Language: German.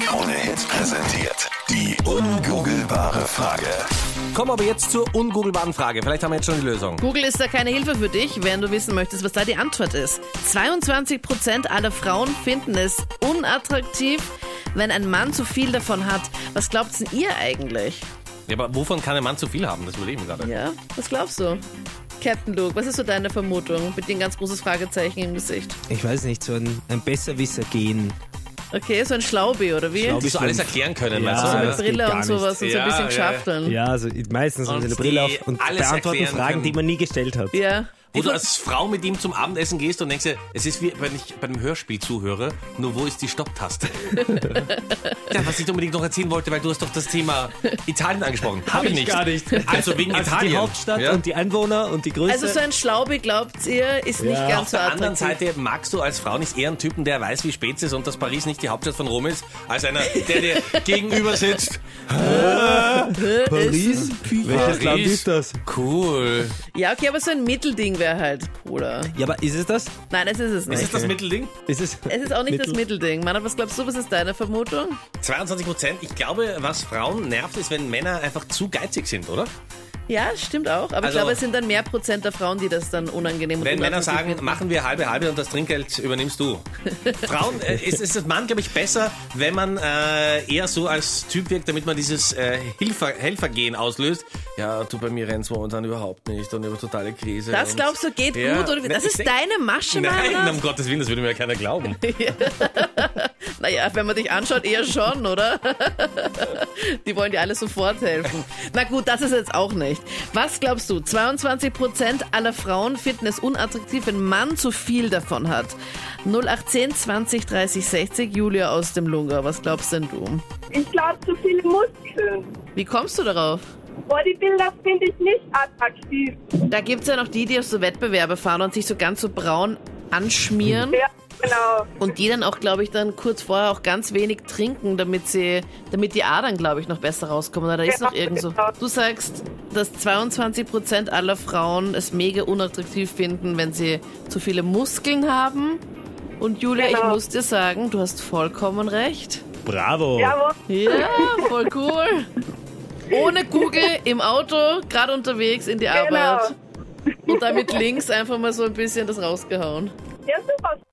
Krone Hits präsentiert die ungoogelbare Frage. Kommen aber jetzt zur ungoogelbaren Frage. Vielleicht haben wir jetzt schon die Lösung. Google ist da keine Hilfe für dich, wenn du wissen möchtest, was da die Antwort ist. 22% aller Frauen finden es unattraktiv, wenn ein Mann zu viel davon hat. Was glaubt denn ihr eigentlich? Ja, aber wovon kann ein Mann zu viel haben? Das überlegen wir gerade. Ja, was glaubst du? Captain Luke, was ist so deine Vermutung? Mit dem ganz großes Fragezeichen im Gesicht. Ich weiß nicht, so ein, ein Besserwisser gehen. Okay, so ein Schlaubi, oder wie? Schlaubi. Musst du alles erklären können, Ja, weißt so du? mit das geht Brille gar und sowas und so Ja, ein bisschen ja, schafteln. Ja, also i- meistens haben sie eine Und Brille die auf und alles beantworten erklären Fragen, können. die man nie gestellt hat. Ja. Also, Oder als Frau, mit dem zum Abendessen gehst und denkst dir, es ist wie wenn ich bei einem Hörspiel zuhöre, nur wo ist die Stopptaste? ja, was ich unbedingt noch erzählen wollte, weil du hast doch das Thema Italien angesprochen. Hab ich gar nicht. Also wegen Also Italien. die Hauptstadt ja? und die Einwohner und die Größe. Also so ein Schlaubi, glaubt ihr, ist nicht Ja. Auf ganz so der anderen attraktiv. Seite magst du als Frau nicht eher einen Typen, der weiß, wie spät es ist und dass Paris nicht die Hauptstadt von Rom ist, als einer, der dir gegenüber sitzt. Paris? Welches Land Paris. ist das? Cool. Ja, okay, aber so ein Mittelding wäre halt, Bruder. Ja, aber ist es das? Nein, es ist es nicht. Ist das das Mittelding? Ist es, Es ist auch nicht das Mittel- Mittelding. Mann, was glaubst du, was ist deine Vermutung? 22 Prozent. Ich glaube, was Frauen nervt, ist, wenn Männer einfach zu geizig sind, oder? Ja, stimmt auch. Aber Also- ich glaube, es sind dann mehr Prozent der Frauen, die das dann unangenehm und Wenn Männer unattraktiv sagen, finden. machen wir halbe halbe und das Trinkgeld übernimmst du. Frauen äh, ist es als Mann, glaube ich, besser, wenn man äh, eher so als Typ wirkt, damit man dieses äh, Hilfer, Helfergehen auslöst. Ja, du bei mir rennst momentan überhaupt nicht und über totale Krise. Das und- glaubst du geht ähm, Ja. gut? Oder wie? Nein, Das ich ist denk- deine Masche, Nein, um Mann. Gottes Willen, das würde mir ja keiner glauben. Naja, wenn man dich anschaut, eher schon, oder? Die wollen dir alle sofort helfen. Na gut, das ist jetzt auch nicht. Was glaubst du? 22% aller Frauen finden es unattraktiv, wenn Mann zu viel davon hat. 0810 20 30 60, Julia aus dem Lunga. Was glaubst denn du? Ich glaube, zu viele Muskeln. Wie kommst du darauf? Bodybuilder finde ich nicht attraktiv. Da gibt es ja noch die, die auf so Wettbewerbe fahren und sich so ganz so braun anschmieren Ja, genau. und die dann auch, glaube ich, dann kurz vorher auch ganz wenig trinken, damit sie, damit die Adern, glaube ich, noch besser rauskommen. Oder da ist noch irgend so. Du sagst, dass 22 Prozent aller Frauen es mega unattraktiv finden, wenn sie zu viele Muskeln haben. Und Julia, ich Genau. muss dir sagen, du hast vollkommen recht. Bravo. Jawohl. Ja, voll cool. Ohne Google im Auto, gerade unterwegs in die Arbeit. Und damit links einfach mal so ein bisschen das rausgehauen. Ja, super.